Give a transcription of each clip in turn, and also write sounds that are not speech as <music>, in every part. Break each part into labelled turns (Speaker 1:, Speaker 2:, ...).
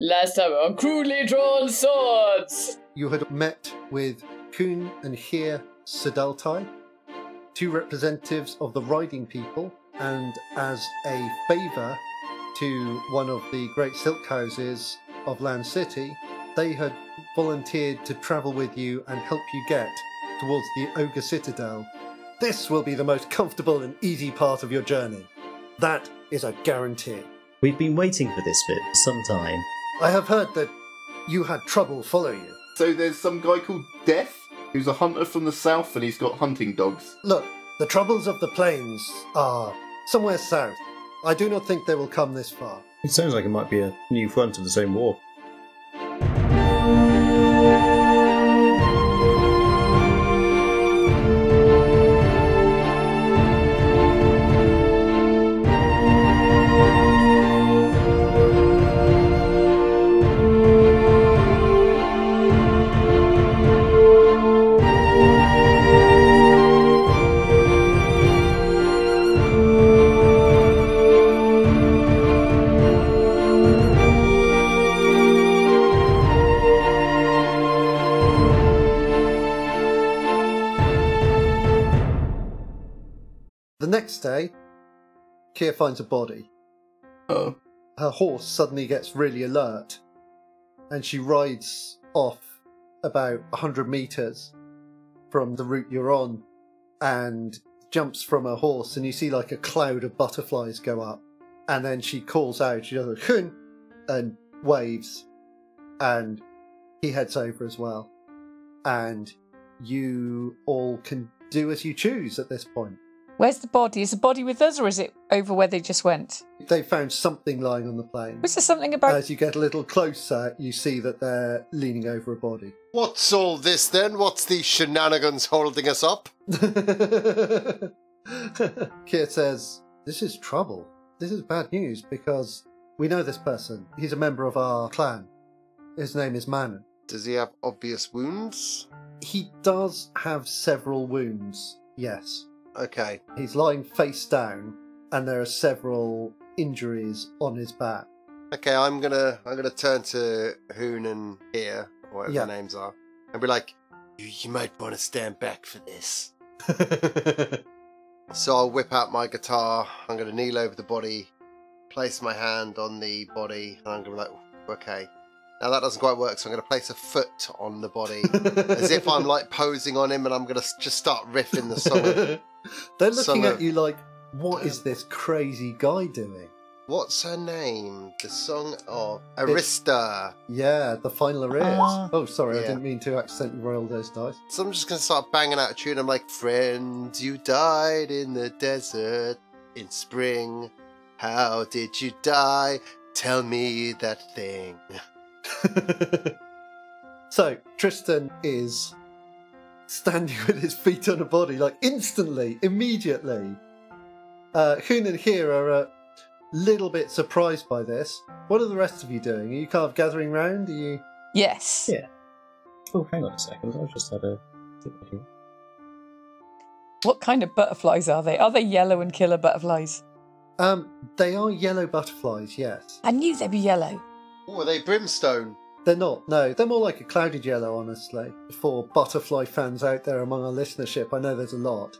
Speaker 1: Last time on Crudely Drawn Swords!
Speaker 2: You had met with Kuhn and Heer Sedaltai, two representatives of the riding people, and as a favour to one of the great silk houses of Land City, they had volunteered to travel with you and help you get towards the Ogre Citadel. This will be the most comfortable and easy part of your journey. That is a guarantee.
Speaker 3: We've been waiting for this bit for some time.
Speaker 2: I have heard that you had trouble follow you.
Speaker 4: So there's some guy called Death who's a hunter from the south and he's got hunting dogs.
Speaker 2: Look, the troubles of the plains are somewhere south. I do not think they will come this far.
Speaker 3: It sounds like it might be a new front of the same war.
Speaker 2: The next day, Kier finds a body.
Speaker 4: Oh.
Speaker 2: Her horse suddenly gets really alert and she rides off about 100 meters from the route you're on and jumps from her horse and you see like a cloud of butterflies go up and then she calls out she does a "Hun," and waves and he heads over as well and you all can do as you choose at this point
Speaker 5: Where's the body? Is the body with us or is it over where they just went?
Speaker 2: they found something lying on the plane.
Speaker 5: Was there something about.
Speaker 2: As you get a little closer, you see that they're leaning over a body. <laughs>
Speaker 6: What's all this then? What's these shenanigans holding us up?
Speaker 2: Kier says, This is trouble. This is bad news because we know this person. He's a member of our clan. His name is Manon.
Speaker 6: Does he have obvious wounds?
Speaker 2: He does have several wounds, yes.
Speaker 6: Okay.
Speaker 2: He's lying face down, and there are several injuries on his back.
Speaker 6: Okay, I'm gonna I'm gonna turn to Hoon and here, or whatever
Speaker 2: Yeah.
Speaker 6: their names are, and be like, you, you might want to stand back for this. So I'll whip out my guitar, I'm gonna kneel over the body, place my hand on the body, and I'm gonna be like, "Ooh, okay. Now that doesn't quite work, so I'm gonna place a foot on the body. As if I'm like posing on him and I'm gonna s- just start riffing
Speaker 2: <laughs>
Speaker 6: the song.
Speaker 2: They're looking
Speaker 6: Summer.
Speaker 2: at you like, what is this crazy guy doing?
Speaker 6: What's her name? The song of Arista.
Speaker 2: Yeah, the final arrears.
Speaker 5: Ah.
Speaker 2: oh, sorry, I
Speaker 6: Yeah.
Speaker 2: didn't mean to accidentally roll those dice. <laughs>
Speaker 6: So I'm just gonna start banging out a tune. I'm like, friend, you died in the desert in spring. How did you die? Tell me that thing.
Speaker 2: So Tristan is standing <laughs> with his feet on a body, like instantly, immediately. Uh, Hoon and Here are a little bit surprised by this. What are the rest of you doing? Are you kind of gathering round? Are you?
Speaker 5: Yes.
Speaker 3: Yeah. Oh, hang on a second. I've just had a. Um,
Speaker 5: What kind of butterflies are they? Are they yellow and killer butterflies?
Speaker 2: Um, they are yellow butterflies. Yes,
Speaker 5: I knew they'd be yellow.
Speaker 6: Oh, are they brimstone?
Speaker 2: they're not. No, they're more like a clouded yellow. Honestly, for butterfly fans out there among our listenership, I know there's a lot.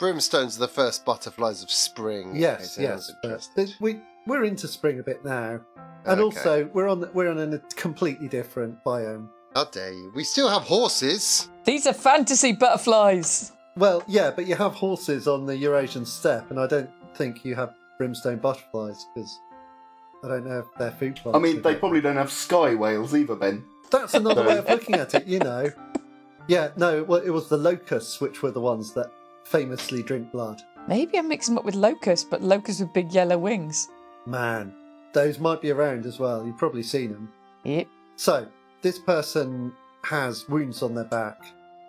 Speaker 6: Brimstones are the first butterflies of spring. in
Speaker 2: Yes,
Speaker 6: case anyone's
Speaker 2: yes. but
Speaker 6: interested.
Speaker 2: th- we we're into spring a bit now, and
Speaker 6: Okay.
Speaker 2: also we're on we're on a completely different biome.
Speaker 6: How dare you? We still have horses.
Speaker 5: These are fantasy butterflies.
Speaker 2: Well, yeah, but you have horses on the Eurasian steppe, and I don't think you have brimstone butterflies because I don't know if they're food plots.
Speaker 4: I mean, they probably don't have sky whales either, Ben.
Speaker 2: that's another
Speaker 4: <laughs>
Speaker 2: way of looking at it, you know. Yeah, no, well, it was the locusts which were the ones that famously drink blood.
Speaker 5: Maybe I mix them up with locusts, but locusts with big yellow wings.
Speaker 2: Man, those might be around as well. You've probably seen them.
Speaker 5: Yep.
Speaker 2: So, this person has wounds on their back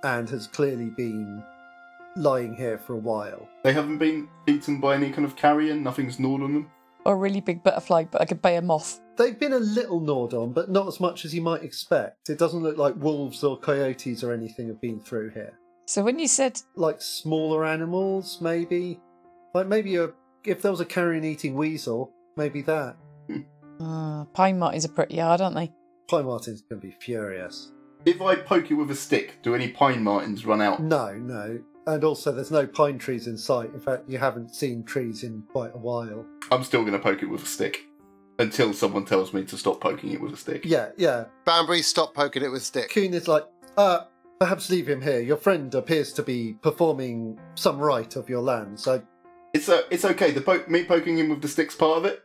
Speaker 2: and has clearly been lying here for a while.
Speaker 4: They haven't been eaten by any kind of carrion, nothing's gnawed on them.
Speaker 5: Or a really big butterfly, but like a bay moth.
Speaker 2: They've been a little gnawed on, but not as much as you might expect. It doesn't look like wolves or coyotes or anything have been through here.
Speaker 5: So when you said
Speaker 2: Like smaller animals, maybe? Like maybe a, if there was a carrion eating weasel, maybe that.
Speaker 5: Ah, pine martins are pretty hard, aren't they?
Speaker 2: Pie Martin's going to be furious.
Speaker 4: If I poke you with a stick, do any pine martins run out?
Speaker 2: No, no. And also, there's no pine trees in sight. In fact, you haven't seen trees in quite a while.
Speaker 4: I'm still going to poke it with a stick until someone tells me to stop poking it with a stick.
Speaker 2: Yeah, yeah.
Speaker 6: Banbury, stop poking it with a stick.
Speaker 2: Kuhn is like, uh, perhaps leave him here. Your friend appears to be performing some rite of your land, so
Speaker 4: It's uh, it's okay. The po- me poking him with the stick's part of it.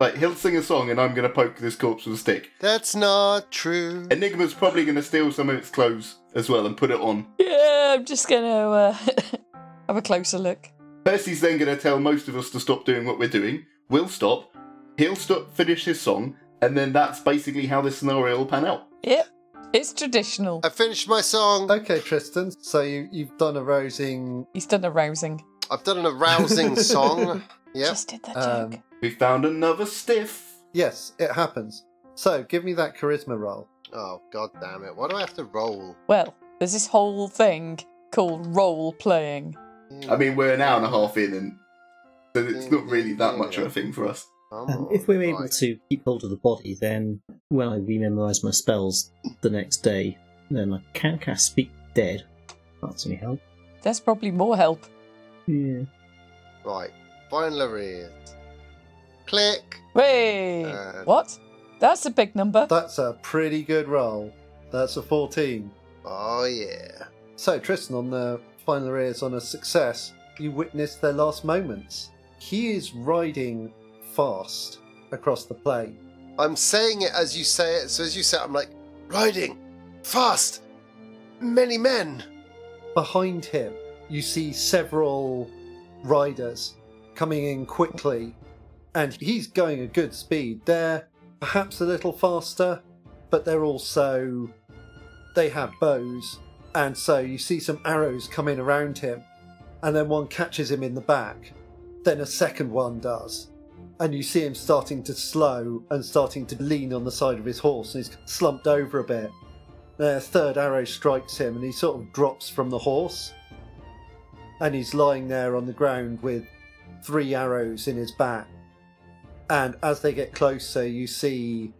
Speaker 4: Like he'll sing a song and I'm going to poke this corpse with a stick.
Speaker 6: That's not true.
Speaker 4: Enigma's probably going to steal some of its clothes as well and put it on.
Speaker 5: Yeah, I'm just going to uh, <laughs> have a closer look.
Speaker 4: Percy's then going to tell most of us to stop doing what we're doing. We'll stop. He'll stop, finish his song, and then that's basically how this scenario will pan out.
Speaker 5: Yep, it's traditional.
Speaker 6: I finished my song.
Speaker 2: Okay, Tristan. So you, you've done a rosing.
Speaker 5: He's done a rousing.
Speaker 6: I've done
Speaker 3: <laughs>
Speaker 6: an arousing song. Yep.
Speaker 5: Just did that
Speaker 2: Um,
Speaker 5: joke.
Speaker 4: We found another stiff.
Speaker 2: Yes, it happens. So give me that charisma roll.
Speaker 6: Oh god damn it! Why do I have to roll?
Speaker 5: Well, there's this whole thing called role playing.
Speaker 4: I mean, we're an hour and a half in, and so it's not really that much of a thing for us.
Speaker 3: Um,
Speaker 6: Come on,
Speaker 3: if we're able
Speaker 6: right.
Speaker 3: to keep hold of the body, then when I rememorise my spells the next day, then I can cast Speak Dead. That's any help.
Speaker 5: There's probably more help.
Speaker 3: Yeah.
Speaker 6: right, final ears. Click.
Speaker 5: Wait,
Speaker 6: Uh,
Speaker 5: what? That's a big number.
Speaker 2: That's a pretty good roll. That's a 14.
Speaker 6: Oh yeah.
Speaker 2: So, Tristan, on the final ears on a success, you witness their last moments. He is riding fast across the plain.
Speaker 6: I'm saying it as you say it. So as you say, it, I'm like riding fast. Many men.
Speaker 2: Behind him, you see several riders coming in quickly, and he's going a good speed. They're perhaps a little faster, but they're also. they have bows, and so you see some arrows coming around him, and then one catches him in the back, then a second one does. And you see him starting to slow and starting to lean on the side of his horse, and he's slumped over a bit. Their Uh, third arrow strikes him and he sort of drops from the horse. And he's lying there on the ground with three arrows in his back. And as they get closer, you see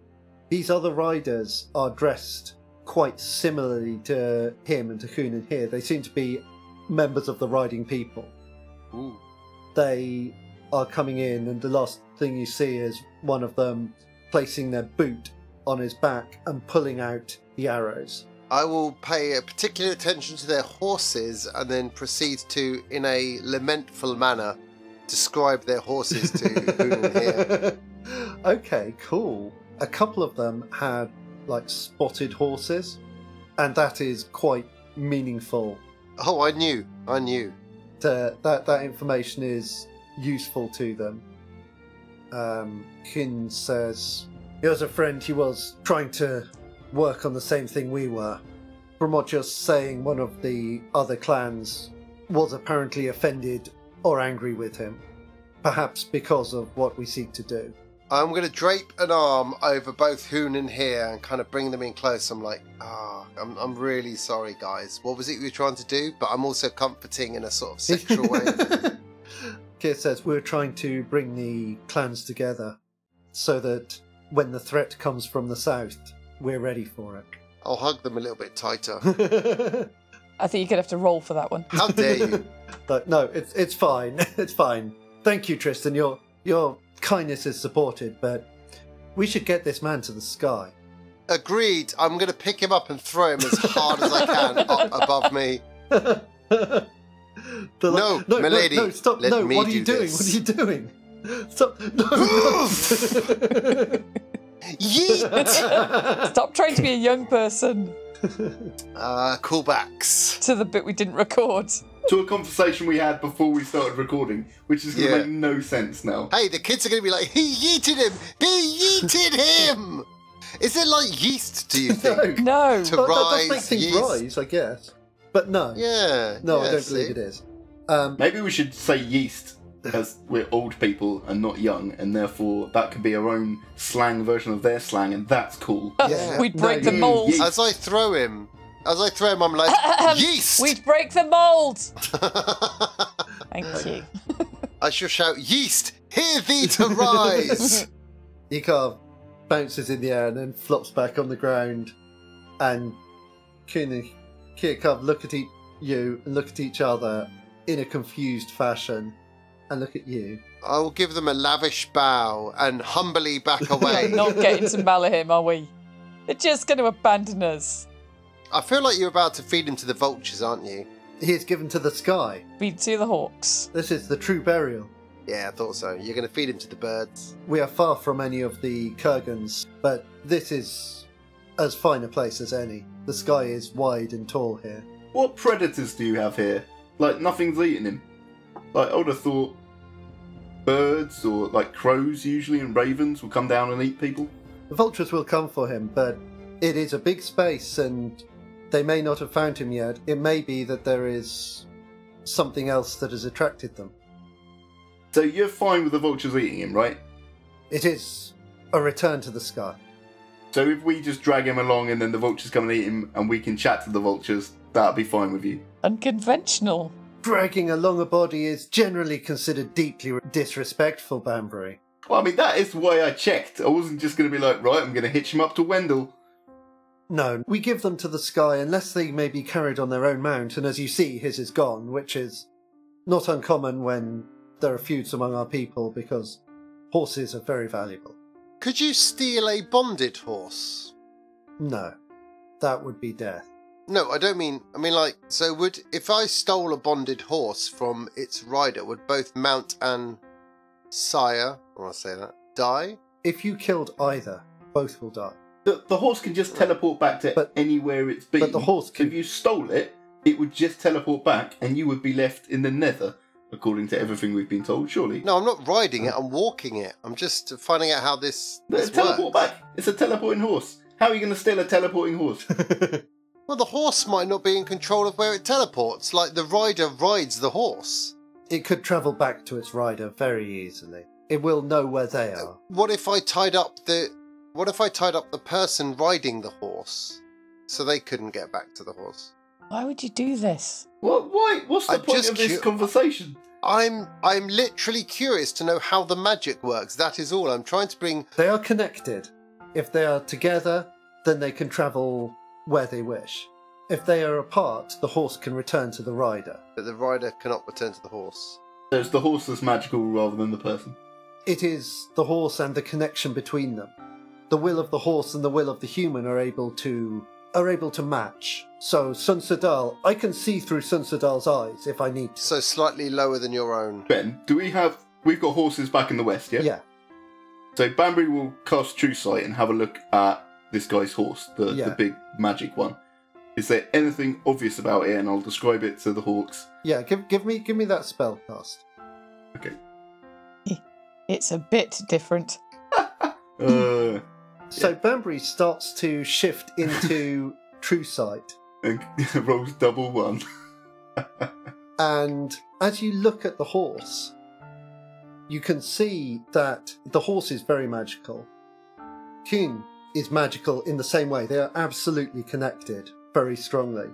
Speaker 2: these other riders are dressed quite similarly to him and to Kunin here. They seem to be members of the riding people.
Speaker 6: Ooh.
Speaker 2: They are coming in, and the last thing you see is one of them placing their boot on his back and pulling out the arrows.
Speaker 6: I will pay a particular attention to their horses and then proceed to, in a lamentful manner, describe their horses
Speaker 3: <laughs>
Speaker 6: to Hunan here.
Speaker 2: <laughs> okay, cool. A couple of them had like spotted horses, and that is quite meaningful.
Speaker 6: Oh, I knew. I knew.
Speaker 2: To, that that information is useful to them. Um, Kin says, "Here's a friend. He was trying to work on the same thing we were. From what you're saying, one of the other clans was apparently offended or angry with him, perhaps because of what we seek to do."
Speaker 6: I'm going to drape an arm over both Hoon and here and kind of bring them in close. I'm like, ah, I'm, I'm really sorry, guys. What was it you were trying to do? But I'm also comforting in a sort
Speaker 2: <laughs>
Speaker 6: of sexual way.
Speaker 2: Keir says we're trying to bring the clans together so that when the threat comes from the south, we're ready for
Speaker 6: I'll hug them a little bit tighter.
Speaker 2: it.
Speaker 5: I think you're going to have to roll for that one.
Speaker 6: How
Speaker 2: <laughs>
Speaker 6: dare you?
Speaker 2: Like, no, it's it's fine. <laughs> It's fine. Thank you, Tristan. Your your kindness is supported, but we should get this man to the sky. <laughs>
Speaker 6: Agreed. I'm going to pick him up and throw him as hard as
Speaker 2: <laughs>
Speaker 6: I can up above me.
Speaker 2: The la-
Speaker 6: No, my lady,
Speaker 2: no, stop!
Speaker 6: let
Speaker 2: no,
Speaker 6: me
Speaker 2: what are you
Speaker 6: do
Speaker 2: doing?
Speaker 6: this.
Speaker 2: What are you doing? Stop! <laughs>
Speaker 6: <laughs>
Speaker 2: No.
Speaker 6: Yeet!
Speaker 5: Stop trying to be a young person
Speaker 6: Uh, callbacks.
Speaker 5: to the bit we didn't record.
Speaker 4: To a conversation we had before we started recording, which is going to
Speaker 6: Yeah.
Speaker 4: make no sense now.
Speaker 6: Hey, the kids are going to be like, he yeeted him! He yeeted
Speaker 2: <laughs>
Speaker 6: him! Is it like yeast, do you think?
Speaker 2: No.
Speaker 5: No.
Speaker 6: To-
Speaker 2: Well, that does
Speaker 6: rise,
Speaker 2: make things
Speaker 6: yeast.
Speaker 2: rise, I guess. But no,
Speaker 6: Yeah.
Speaker 2: no,
Speaker 6: yeah,
Speaker 2: I don't
Speaker 6: see?
Speaker 2: believe it is. Um,
Speaker 4: Maybe we should say yeast, as we're old people and not young, and therefore that could be our own slang version of their slang, and that's cool.
Speaker 5: <laughs>
Speaker 6: Yeah.
Speaker 5: We'd break
Speaker 2: No,
Speaker 5: the
Speaker 2: you-
Speaker 5: mold.
Speaker 4: you-
Speaker 6: As I throw him, as I throw him, I'm like, yeast!
Speaker 5: We'd break the mold.
Speaker 6: <laughs> I
Speaker 5: Thank you.
Speaker 2: <laughs>
Speaker 6: <laughs> shall shout, yeast, hear thee to rise!
Speaker 2: you can't bounces in the air and then flops back on the ground. And Kin Kirkov look at e- you and look at each other in a confused fashion and look at you.
Speaker 6: I will give them a lavish bow and humbly back
Speaker 5: We're
Speaker 6: away.
Speaker 5: not getting to Malahim, are we? They're just going to abandon us.
Speaker 6: I feel like you're about to feed him to the vultures, aren't you?
Speaker 2: He is given to the sky.
Speaker 5: Be to the hawks.
Speaker 2: This is the true burial.
Speaker 6: Yeah, I thought so. You're going to feed him to the birds.
Speaker 2: We are far from any of the Kurgans, but this is as fine a place as any. The sky is wide and tall here.
Speaker 4: What predators do you have here? Like nothing's eating him. Like I would have thought birds or like crows usually and ravens will come down and eat people.
Speaker 2: The vultures will come for him, but it is a big space and they may not have found him yet. It may be that there is something else that has attracted them.
Speaker 4: So you're fine with the vultures eating him, right?
Speaker 2: It is a return to the sky.
Speaker 4: So if we just drag him along and then the vultures come and eat him and we can chat to the vultures, that'll be fine with you.
Speaker 5: Unconventional.
Speaker 2: Dragging along a body is generally considered deeply disrespectful, Banbury.
Speaker 4: Well, I mean that is why I checked. I wasn't just going to be like, right, I'm going to hitch him up to Wendell.
Speaker 2: No, we give them to the sky unless they may be carried on their own mount, and as you see, his is gone, which is not uncommon when there are feuds among our people because horses are very valuable.
Speaker 6: Could you steal a bonded horse?
Speaker 2: No, that would be death.
Speaker 6: No, I don't mean. I mean, like, so would. If I stole a bonded horse from its rider, would both mount and sire, or I say that, die?
Speaker 2: If you killed either, both will die.
Speaker 4: The, the horse can just teleport back to
Speaker 2: But-
Speaker 4: anywhere it's been.
Speaker 2: but the horse can-
Speaker 4: If you stole it, it would just teleport back and you would be left in the nether, according to everything we've been told, surely.
Speaker 6: No, I'm not riding it, I'm walking it. I'm just finding out how this.
Speaker 4: Let's
Speaker 6: this
Speaker 4: teleport
Speaker 6: works.
Speaker 4: back. It's a teleporting horse. How are you going to steal a teleporting
Speaker 2: <laughs>
Speaker 4: horse?
Speaker 6: Well, the horse might not be in control of where it teleports. Like, the rider rides the horse.
Speaker 2: It could travel back to its rider very easily. It will know where they are.
Speaker 6: What if I tied up the. What if I tied up the person riding the horse so they couldn't get back to the horse?
Speaker 5: Why would you do this?
Speaker 4: what? Why? What's the
Speaker 6: I'm
Speaker 4: point
Speaker 6: just
Speaker 4: of this
Speaker 6: cu-
Speaker 4: conversation?
Speaker 6: I'm I'm literally curious to know how the magic works. That is all. I'm trying to bring
Speaker 2: They are connected. If they are together, then they can travel where they wish. If they are apart, the horse can return to the rider.
Speaker 6: that the rider cannot return to the horse.
Speaker 4: So it's the horse that's magical rather than the person.
Speaker 2: It is the horse and the connection between them. The will of the horse and the will of the human are able to are able to match. So Sun Sadal, I can see through Sun Sadal's eyes if I need to.
Speaker 6: So slightly lower than your own.
Speaker 4: Ben, do we have? We've got horses back in the west, yeah.
Speaker 2: Yeah.
Speaker 4: So Banbury will cast True Sight and have a look at this guy's horse, the,
Speaker 2: Yeah.
Speaker 4: the big magic one. Is there anything obvious about it? And I'll describe it to
Speaker 2: <laughs>
Speaker 4: the hawks.
Speaker 2: Yeah, give give me give me that spell cast.
Speaker 4: Okay.
Speaker 5: It's a bit different.
Speaker 4: Uh,
Speaker 2: So Banbury starts to shift into true sight.
Speaker 4: and <laughs> rolls double one.
Speaker 2: And as you look at the horse, you can see that the horse is very magical. King is magical in the same way. They are absolutely connected very strongly.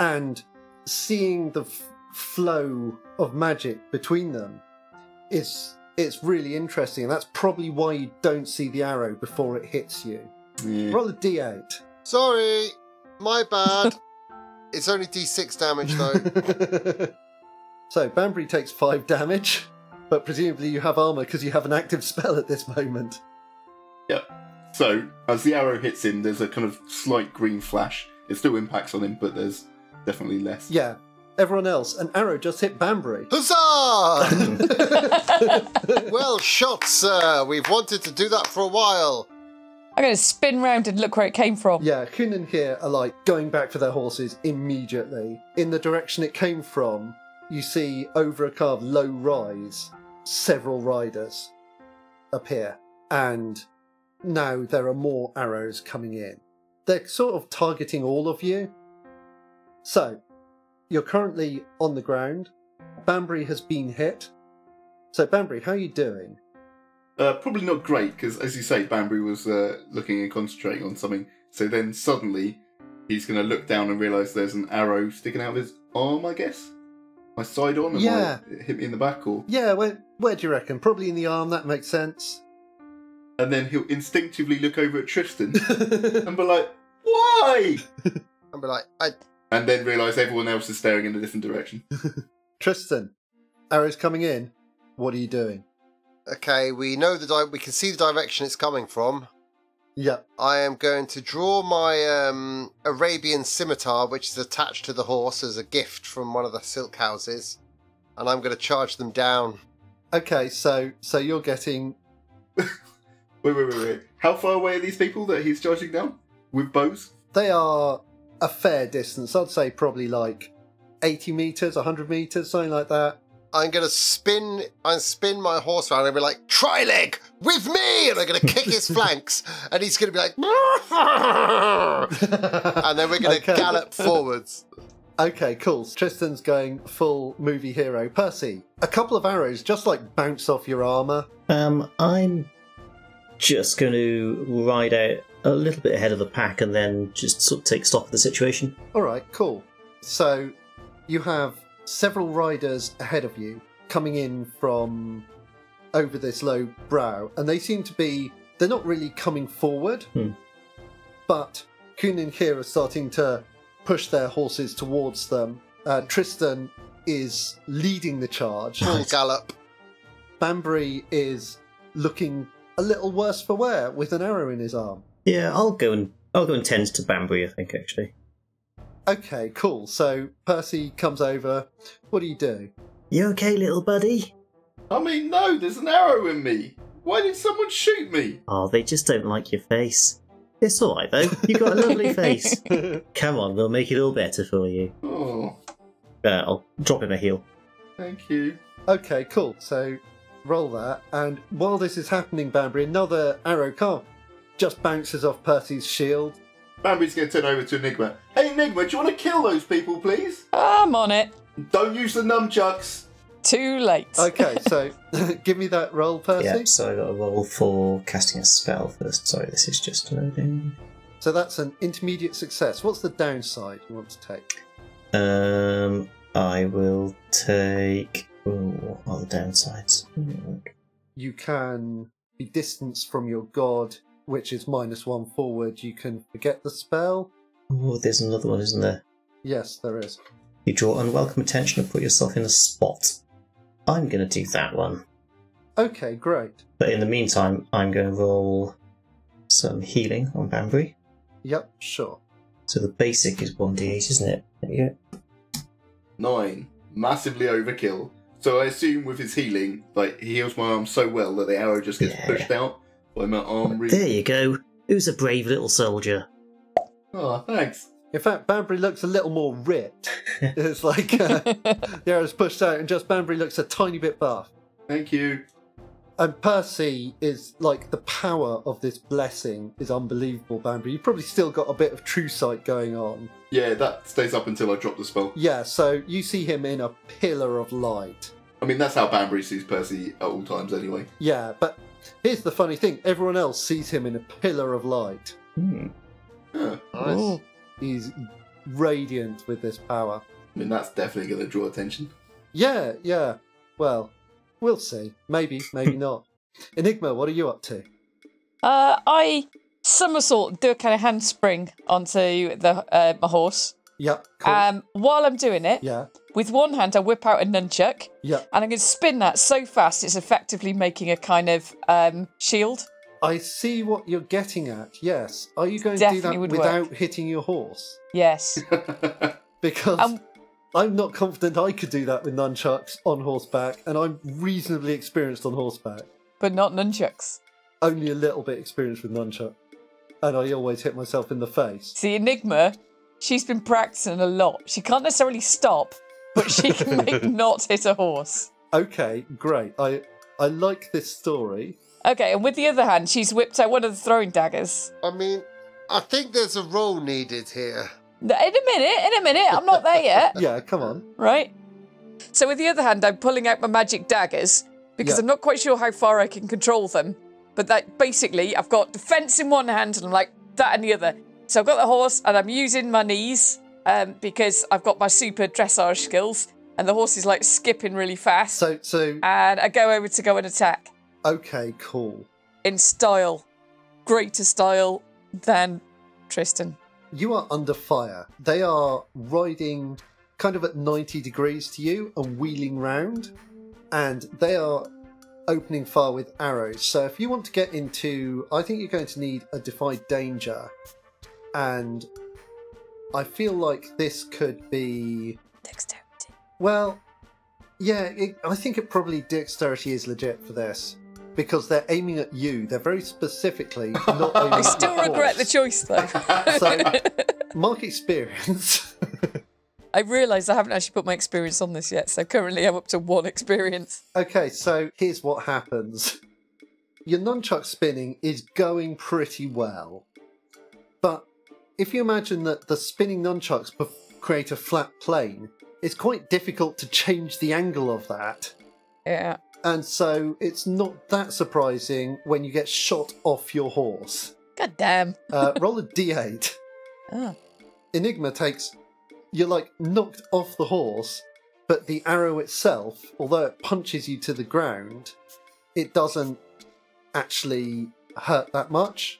Speaker 2: And seeing the f- flow of magic between them is it's really interesting. And that's probably why you don't see the arrow before it hits you.
Speaker 4: Yeah.
Speaker 2: Roll a d8.
Speaker 6: Sorry, my bad. it's only d6 damage though.
Speaker 2: <laughs> so Banbury takes five damage, but presumably you have armor because you have an active spell at this moment.
Speaker 4: So, as the arrow hits him, there's a kind of slight green flash. It still impacts on him, but there's definitely less.
Speaker 2: Yeah. Everyone else, an arrow just hit
Speaker 6: <laughs>
Speaker 2: Banbury.
Speaker 6: Huzzah! <laughs> well shot, sir. We've wanted to do that for a while.
Speaker 5: I'm going to spin round and look where it came from.
Speaker 2: Yeah, Kun and here are like going back for their horses immediately. In the direction it came from, you see over a carved low rise, several riders appear, and now there are more arrows coming in. They're sort of targeting all of you. So, you're currently on the ground. Banbury has been hit. So, Banbury, how are you doing?
Speaker 4: Uh, probably not great, because as you say, Banbury was uh, looking and concentrating on something. So then suddenly, he's going to look down and realise there's an arrow sticking out of his arm, I guess? My side on? Am I-
Speaker 2: Yeah.
Speaker 4: it hit me in the back, or?
Speaker 2: Yeah, where, where do you reckon? Probably in the arm, that makes sense.
Speaker 4: and then he'll instinctively look over at Tristan <laughs> and be like, "Why?"
Speaker 6: And be like, I,
Speaker 4: And then realise everyone else is staring in a different direction.
Speaker 2: Tristan, arrows coming in. What are you doing?
Speaker 6: okay, we know the di- we can see the direction it's coming from.
Speaker 2: Yep.
Speaker 6: I am going to draw my um, Arabian scimitar, which is attached to the horse as a gift from one of the silk houses, and I'm going to charge them down.
Speaker 2: Okay, so so you're getting
Speaker 4: Wait, wait, wait, wait. How far away are these people that he's charging down with bows?
Speaker 2: they are a fair distance. I'd say probably like 80 meters, 100 meters, something like that.
Speaker 6: I'm going to spin and spin my horse around and be like, try leg with me, and I'm going to kick his flanks, and he's going to be like, <laughs> and then we're going to
Speaker 2: Okay.
Speaker 6: gallop forwards.
Speaker 2: Okay, cool. Tristan's going full movie hero. Percy, a couple of arrows just like bounce off your armor.
Speaker 3: Um, I'm just going to ride out a little bit ahead of the pack and then just sort of take stock of the situation.
Speaker 2: All right, cool. So you have several riders ahead of you coming in from over this low brow, and they seem to be they're not really coming forward,
Speaker 3: Hmm.
Speaker 2: but Kuhn and here are starting to push their horses towards them. Uh, Tristan is leading the charge.
Speaker 6: Full gallop.
Speaker 2: Banbury is looking a little worse for wear with an arrow in his arm.
Speaker 3: Yeah, I'll go and I'll go and tend to Banbury. I think actually.
Speaker 2: Okay, cool. So Percy comes over. What do you do?
Speaker 3: You okay, little buddy?
Speaker 4: I mean, no, there's an arrow in me. Why did someone shoot me?
Speaker 3: Oh, they just don't like your face. It's all right though. You got a lovely <laughs> face. Come on, we'll make it all better for you.
Speaker 4: Oh,
Speaker 3: Uh, I'll drop him a heel.
Speaker 4: thank you.
Speaker 2: Okay, cool. So roll that. And while this is happening, Banbury, another arrow can't just bounces off Percy's shield.
Speaker 4: Bambi's going to turn over to Enigma. Hey, Enigma, do you want to kill those people, please?
Speaker 5: I'm on it.
Speaker 4: Don't use the nunchucks.
Speaker 5: Too late.
Speaker 2: Okay, so <laughs> give me that roll, Percy.
Speaker 3: Yeah, so I got a roll for casting a spell first. Sorry, this is just loading.
Speaker 2: So that's an intermediate success. What's the downside you want to take?
Speaker 3: Um, I will take. Ooh, what are the downsides? Hmm,
Speaker 2: You can be distanced from your god, which is minus one forward. You can forget the spell.
Speaker 3: Oh, there's another one, isn't there?
Speaker 2: Yes, there is.
Speaker 3: You draw unwelcome attention and put yourself in a spot. I'm going to do that one.
Speaker 2: Okay, great.
Speaker 3: But in the meantime, I'm going to roll some healing on Banbury.
Speaker 2: Yep, sure.
Speaker 3: So the basic is 1d8, isn't it? There you go.
Speaker 4: Nine. Massively overkill. So I assume with his healing, like, he heals my arm so well that the arrow just gets
Speaker 3: Yeah.
Speaker 4: pushed out by my arm. Re-
Speaker 3: There you go. Who's a brave little soldier?
Speaker 4: oh, thanks.
Speaker 2: In fact, Banbury looks a little more ripped. it's like uh, the arrow's pushed out, and just Banbury looks a tiny bit buff.
Speaker 4: Thank you.
Speaker 2: And Percy is like the power of this blessing is unbelievable, Banbury. You've probably still got a bit of true sight going on.
Speaker 4: Yeah, that stays up until I drop the spell.
Speaker 2: Yeah, so you see him in a pillar of light.
Speaker 4: I mean, that's how Banbury sees Percy at all times, anyway.
Speaker 2: Yeah, but here's the funny thing everyone else sees him in a pillar of light.
Speaker 3: Hmm.
Speaker 4: Huh.
Speaker 6: Nice.
Speaker 5: Ooh.
Speaker 2: He's radiant with this power.
Speaker 4: I mean, that's definitely going to draw attention. <laughs>
Speaker 2: Yeah, yeah. Well, we'll see. Maybe,
Speaker 5: <laughs>
Speaker 2: maybe not. Enigma, what are you up to?
Speaker 5: Uh, I somersault, do a kind of handspring onto the uh, my horse.
Speaker 2: Yep, cool.
Speaker 5: Um, while I'm doing it,
Speaker 2: yeah,
Speaker 5: with one hand I whip out a nunchuck,
Speaker 2: yeah.
Speaker 5: and I'm going to spin that so fast it's effectively making a kind of um, shield.
Speaker 2: I see what you're getting at. Yes. Are you going to do
Speaker 5: Definitely
Speaker 2: that
Speaker 5: would
Speaker 2: without hitting your horse? <laughs>
Speaker 5: Yes.
Speaker 2: Because
Speaker 5: Um,
Speaker 2: I'm not confident I could do that with nunchucks on horseback, and I'm reasonably experienced on horseback.
Speaker 5: but not nunchucks.
Speaker 2: Only a little bit experienced with nunchuck, and I always hit myself in the face.
Speaker 5: See, Enigma, she's been practicing a lot. She can't necessarily stop, but she can make
Speaker 2: <laughs>
Speaker 5: not hit a horse.
Speaker 2: Okay, great. I I like this story.
Speaker 5: Okay, and with the other hand, she's whipped out one of the throwing daggers.
Speaker 6: I mean, I think there's a roll needed here.
Speaker 5: No, In a minute, in a minute, I'm not
Speaker 2: <laughs>
Speaker 5: there yet,
Speaker 2: Yeah, come on.
Speaker 5: right? So with the other hand, I'm pulling out my magic daggers because
Speaker 2: Yeah.
Speaker 5: I'm not quite sure how far I can control them. But that basically, I've got defense in one hand and I'm like that in the other. So I've got the horse and I'm using my knees um, because I've got my super dressage skills, and the horse is like skipping really fast.
Speaker 2: So so
Speaker 5: and I go over to go and attack.
Speaker 2: okay, cool.
Speaker 5: in style, greater style than Tristan.
Speaker 2: You are under fire. They are riding kind of at 90 degrees to you and wheeling round, and they are opening fire with arrows. So if you want to get into, I think you're going to need a defy danger, and I feel like this could be
Speaker 5: Dexterity.
Speaker 2: well, yeah, it, I think it probably dexterity is legit for this because they're aiming at you. They're very
Speaker 5: <laughs>
Speaker 2: specifically not aiming
Speaker 5: I still
Speaker 2: at the
Speaker 5: regret the
Speaker 2: horse.
Speaker 5: choice
Speaker 2: <laughs>
Speaker 5: though.
Speaker 2: So, mark experience. <laughs>
Speaker 5: I realise I haven't actually put my experience on this yet, so currently I'm up to one experience.
Speaker 2: okay, so here's what happens. Your nunchuck spinning is going pretty well, but if you imagine that the spinning nunchucks bef- create a flat plane, it's quite difficult to change the angle of that.
Speaker 5: Yeah.
Speaker 2: And so it's not that surprising when you get shot off your horse.
Speaker 5: God damn.
Speaker 2: Uh, roll a d8.
Speaker 5: Oh.
Speaker 2: Enigma takes. You're like knocked off the horse, but the arrow itself, although it punches you to the ground, it doesn't actually hurt that much.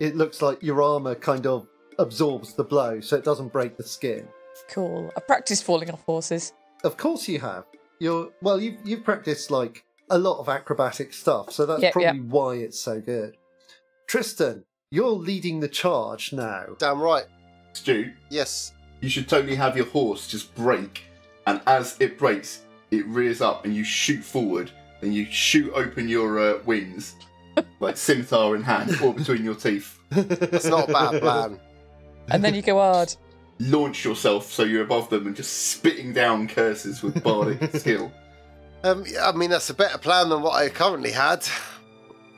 Speaker 2: It looks like your armor kind of absorbs the blow, so it doesn't break the skin.
Speaker 5: Cool. I practice falling off horses.
Speaker 2: Of course you have. You're well. You've you've practiced like a lot of acrobatic stuff, so that's
Speaker 5: Yeah,
Speaker 2: probably why it's so good. Tristan, you're leading the charge now.
Speaker 6: Damn right.
Speaker 4: Stu,
Speaker 6: Yes.
Speaker 4: you should totally have your horse just break, and as it breaks, it rears up and you shoot forward, and you shoot open your uh, wings, like scimitar in hand, or between your teeth.
Speaker 6: That's not
Speaker 2: <laughs>
Speaker 6: a bad plan.
Speaker 5: And then you go
Speaker 6: <laughs>
Speaker 5: hard.
Speaker 4: Launch yourself so you're above them and just spitting down curses with bardic skill.
Speaker 6: Um, yeah, I mean, that's a better plan than what I currently had.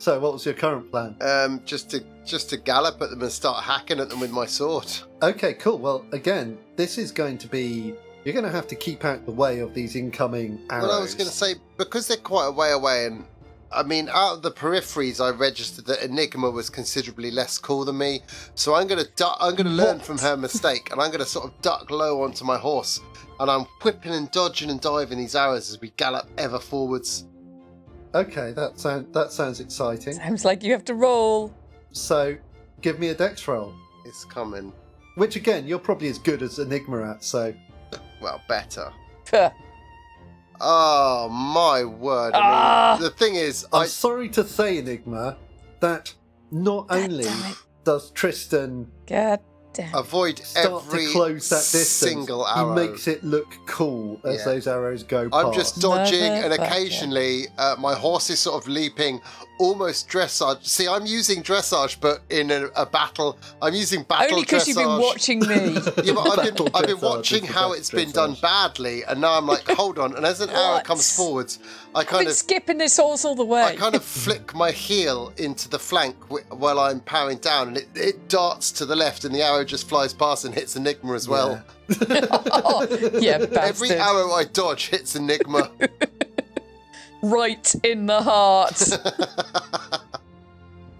Speaker 2: So, what was your current plan?
Speaker 6: Um, just to just to gallop at them and start hacking at them with my sword.
Speaker 2: Okay, cool. Well, again, this is going to be. You're going to have to keep out the way of these incoming arrows.
Speaker 6: Well, I was going to say because they're quite a way away, and I mean, out of the peripheries, I registered that Enigma was considerably less cool than me. So I'm going to du- I'm going to learn from her mistake, and I'm going to sort of duck low onto my horse, and I'm whipping and dodging and diving these arrows as we gallop ever forwards.
Speaker 2: Okay, that sound that sounds exciting.
Speaker 5: Sounds like you have to roll.
Speaker 2: So, give me a dex roll,
Speaker 6: It's coming.
Speaker 2: which again, you're probably as good as Enigma at. So,
Speaker 6: Well, better.
Speaker 5: Puh.
Speaker 6: Oh my word! I mean,
Speaker 5: Ah.
Speaker 6: the thing is,
Speaker 2: I'm
Speaker 6: I
Speaker 2: sorry to say, Enigma, that not only
Speaker 5: damn it.
Speaker 2: does Tristan
Speaker 5: God damn.
Speaker 6: avoid
Speaker 2: start
Speaker 6: every
Speaker 2: to close that distance,
Speaker 6: single arrow.
Speaker 2: he makes it look cool as
Speaker 6: Yeah.
Speaker 2: those arrows go past.
Speaker 6: I'm just dodging, and
Speaker 5: Motherfucker.
Speaker 6: occasionally uh, my horse is sort of leaping, almost dressage. See, I'm using dressage, but in a, a battle, I'm using battle
Speaker 5: Only because you've been
Speaker 6: dressage.
Speaker 5: watching
Speaker 6: <laughs>
Speaker 5: me.
Speaker 6: <laughs> Yeah, but
Speaker 2: <laughs>
Speaker 6: I've
Speaker 2: Battle
Speaker 6: been, I've been
Speaker 2: dressage
Speaker 6: watching
Speaker 2: is the
Speaker 6: how
Speaker 2: best
Speaker 6: it's been done
Speaker 2: dressage.
Speaker 6: badly, and now I'm like, hold on. And as an arrow
Speaker 5: What?
Speaker 6: comes forwards, I
Speaker 5: I've
Speaker 6: kind
Speaker 5: been
Speaker 6: of
Speaker 5: skipping this horse all the way. <laughs>
Speaker 6: I kind of flick my heel into the flank wh- while I'm powering down, and it, it darts to the left, and the arrow just flies past and hits Enigma as well.
Speaker 2: <laughs>
Speaker 5: Oh, yeah, <laughs> bastard.
Speaker 6: <laughs> Every arrow I dodge hits Enigma. <laughs>
Speaker 5: Right in the
Speaker 6: <laughs>
Speaker 5: heart.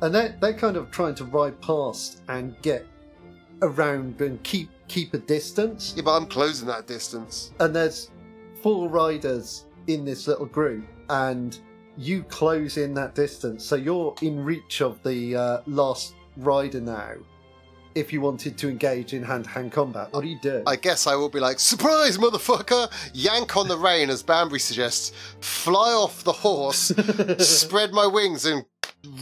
Speaker 2: And they're, they're kind of trying to ride past and get around and keep keep a distance.
Speaker 6: yeah, but I'm closing that distance.
Speaker 2: And there's four riders in this little group, and you close in that distance, so you're in reach of the uh, last rider now. If you wanted to engage in hand-to-hand combat, what do you do?
Speaker 6: I guess I will be like, surprise, motherfucker! Yank on the rein, as Banbury suggests, fly off the
Speaker 2: <laughs>
Speaker 6: horse, spread my wings, and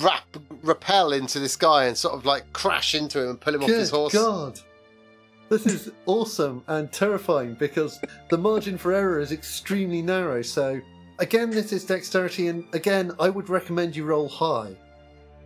Speaker 6: rap, rappel into this guy and sort of like crash into him and pull him off
Speaker 2: Good
Speaker 6: his horse.
Speaker 2: God. This is awesome and terrifying because the margin for error is extremely narrow. So, again, this is dexterity, and again, I would recommend you roll high.
Speaker 6: <laughs>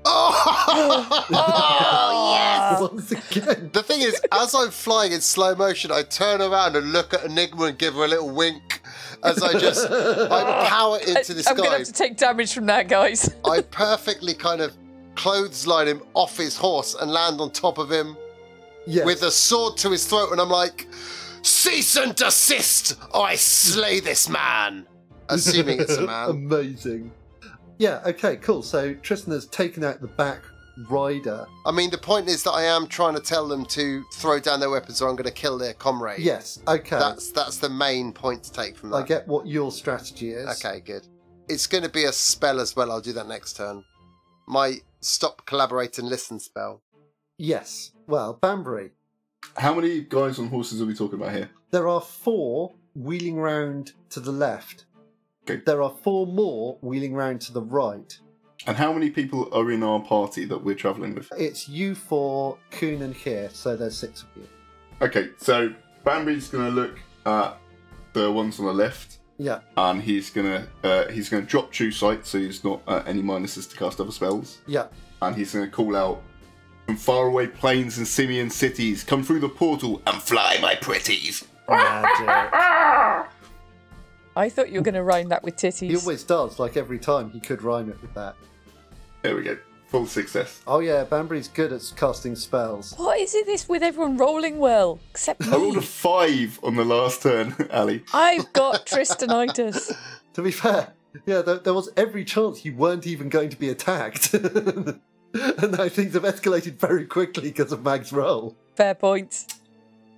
Speaker 6: Oh!
Speaker 2: <laughs> Once again.
Speaker 6: the thing is, as I'm flying in slow motion, I turn around and look at Enigma and give her a little wink as I just I power into this
Speaker 5: I'm
Speaker 6: guy.
Speaker 5: gonna have to take damage from that, guys. <laughs>
Speaker 6: I perfectly kind of clothesline him off his horse and land on top of him.
Speaker 2: <laughs> Yes.
Speaker 6: with a sword to his throat, and I'm like, cease and desist, or I slay
Speaker 2: <laughs>
Speaker 6: this man. Assuming it's a
Speaker 2: Um,
Speaker 6: man.
Speaker 2: Amazing. Yeah, okay, cool. So, Tristan has taken out the back rider.
Speaker 6: I mean, the point is that I am trying to tell them to throw down their weapons, or I'm going to kill their comrade.
Speaker 2: Yes, okay.
Speaker 6: that's that's the main point to take from that.
Speaker 2: I get what your strategy is.
Speaker 6: Okay, good. It's going to be a spell as well. I'll do that next turn. my stop, collaborate, and listen spell.
Speaker 2: Yes. Well, Banbury.
Speaker 4: How many guys on horses are we talking about here?
Speaker 2: There are four wheeling round to the left.
Speaker 4: Okay.
Speaker 2: There are four more wheeling round to the right.
Speaker 4: And how many people are in our party that we're travelling with?
Speaker 2: It's you four, Coon and here, so there's six of you.
Speaker 4: Okay, so Bambi's gonna look at the ones on the left,
Speaker 2: Yeah.
Speaker 4: and he's gonna uh, he's gonna drop True Sight, so he's not at any minuses to cast other spells,
Speaker 2: Yeah.
Speaker 4: and he's gonna call out from faraway plains and simian cities, come through the portal and fly, my pretties.
Speaker 2: Magic.
Speaker 5: I thought you were going to rhyme that with titties.
Speaker 2: he always does, like every time he could rhyme it with that.
Speaker 4: There we go, full success.
Speaker 2: Oh yeah, Banbury's good at casting spells.
Speaker 5: What is it this with everyone rolling well except
Speaker 4: I rolled a
Speaker 5: me?
Speaker 4: five on the last turn, <laughs> Ali.
Speaker 5: I've got Tristanitis.
Speaker 4: <laughs>
Speaker 2: To be fair, yeah, there, there was every chance you weren't even going to be attacked. <laughs> and I think they've escalated very quickly because of Mag's roll.
Speaker 5: Fair point.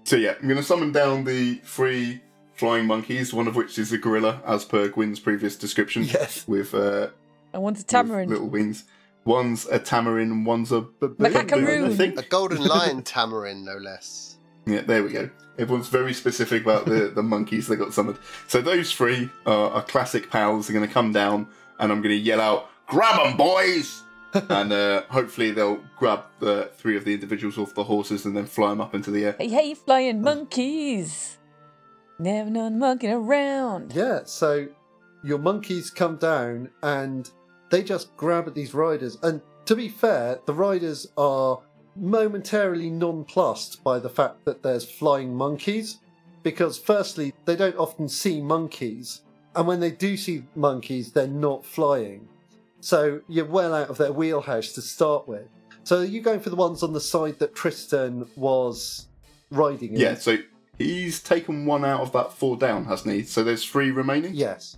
Speaker 4: So yeah, I'm gonna summon down the three flying monkeys, one of which is the gorilla, as per Gwyn's previous description.
Speaker 2: Yes.
Speaker 4: With uh,
Speaker 5: I want a
Speaker 4: with
Speaker 5: tamarind.
Speaker 4: Little wings. One's a tamarin, one's a baboon.
Speaker 5: Macacaroon.
Speaker 4: I think.
Speaker 6: A golden
Speaker 2: <laughs>
Speaker 6: lion tamarin, no less.
Speaker 4: Yeah, there we go. Everyone's very specific about the, the monkeys they got summoned. So those three are, are classic pals. They're going to come down, and I'm going to yell out, "Grab 'em, boys!" and uh, hopefully they'll grab the three of the individuals off the horses and then fly them up into the air.
Speaker 5: Hey, hey, flying monkeys. Never none monkeying around.
Speaker 2: Yeah, so your monkeys come down and they just grab at these riders. And to be fair, the riders are momentarily nonplussed by the fact that there's flying monkeys. Because, firstly, they don't often see monkeys. And when they do see monkeys, they're not flying. So you're well out of their wheelhouse to start with. So are you going for the ones on the side that Tristan was riding in?
Speaker 4: Yeah, so he's taken one out of that four down, hasn't he? So there's three remaining.
Speaker 2: Yes.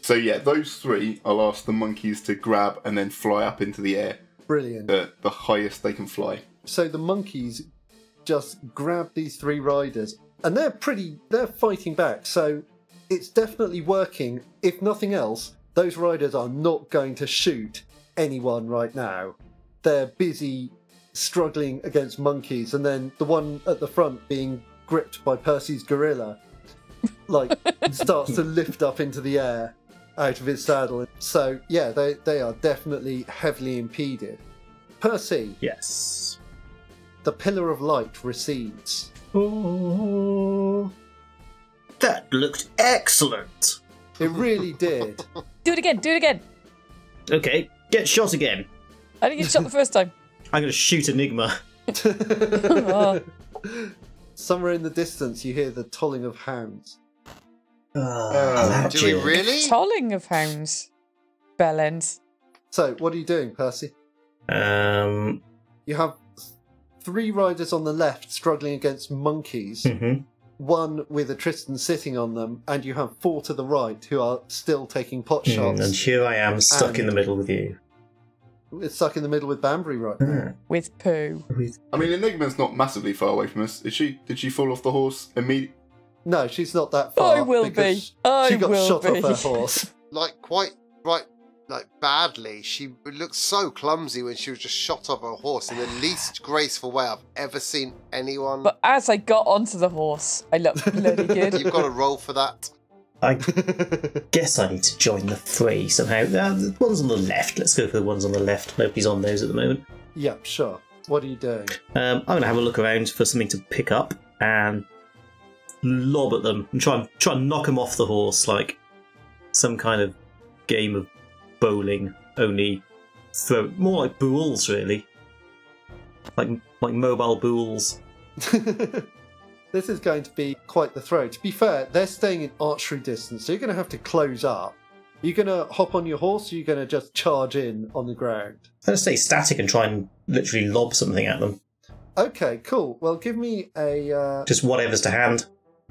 Speaker 4: So yeah, those three I'll ask the monkeys to grab and then fly up into the air,
Speaker 2: Brilliant.
Speaker 4: uh, the highest they can fly.
Speaker 2: so the monkeys just grab these three riders and they're pretty they're fighting back so it's definitely working if nothing else those riders are not going to shoot anyone right now they're busy struggling against monkeys and then the one at the front being gripped by percy's gorilla like starts to lift up into the air out of his saddle so yeah they, they are definitely heavily impeded percy
Speaker 3: Yes.
Speaker 2: the pillar of light recedes.
Speaker 3: Oh, that looked excellent.
Speaker 2: It really did.
Speaker 5: Do it again, do it again.
Speaker 3: Okay, get shot again.
Speaker 5: I didn't get shot the
Speaker 4: <laughs>
Speaker 5: first time.
Speaker 3: I'm going to shoot Enigma.
Speaker 5: Oh,
Speaker 2: Somewhere in the distance, you hear the tolling of hounds.
Speaker 3: Ah,
Speaker 4: Uh,
Speaker 6: Ah, Do we
Speaker 3: magic.
Speaker 6: really?
Speaker 5: tolling of hounds. Bellend.
Speaker 2: So, what are you doing, Percy?
Speaker 3: Um.
Speaker 2: You have three riders on the left struggling against monkeys,
Speaker 3: mhm.
Speaker 2: one with a Tristan sitting on them, and you have four to the right who are still taking pot
Speaker 3: Mm, And
Speaker 2: shots.
Speaker 3: here I am, stuck in the
Speaker 2: And-
Speaker 3: middle with you.
Speaker 2: It's stuck in the middle with Banbury right now.
Speaker 3: Ah,
Speaker 5: With poo.
Speaker 3: with-
Speaker 4: I mean, Enigma's not massively far away from us, is she? Did she fall off the horse immediately?
Speaker 2: No, she's not that far.
Speaker 5: I will
Speaker 2: because
Speaker 5: be. I
Speaker 2: she got
Speaker 5: will
Speaker 2: shot
Speaker 5: be.
Speaker 2: off her
Speaker 5: <laughs>
Speaker 2: horse.
Speaker 6: Like quite right, like badly. She looked so clumsy when she was just shot off her
Speaker 2: <sighs>
Speaker 6: horse in the least graceful way I've ever seen anyone.
Speaker 5: But as I got onto the horse, I looked bloody
Speaker 4: <laughs>
Speaker 5: good.
Speaker 6: You've got a roll for that. <laughs>
Speaker 3: I guess I need to join the three somehow. Uh, the ones on the left. Let's go for the ones on the left. Nobody's on those at the moment.
Speaker 2: Yep, sure. What are you doing?
Speaker 3: Um, I'm gonna have a look around for something to pick up and lob at them and try and try and knock them off the horse, like some kind of game of bowling. Only throw more like boules, really, like like mobile boules.
Speaker 2: <laughs> this is going to be quite the throw. To be fair, they're staying in archery distance, so you're going to have to close up. You're going to hop on your horse, or you're going to just charge in on the ground.
Speaker 3: I'm gonna stay static and try and literally lob something at them.
Speaker 2: Okay, cool. Well, give me a. Uh,
Speaker 3: Just whatever's to hand.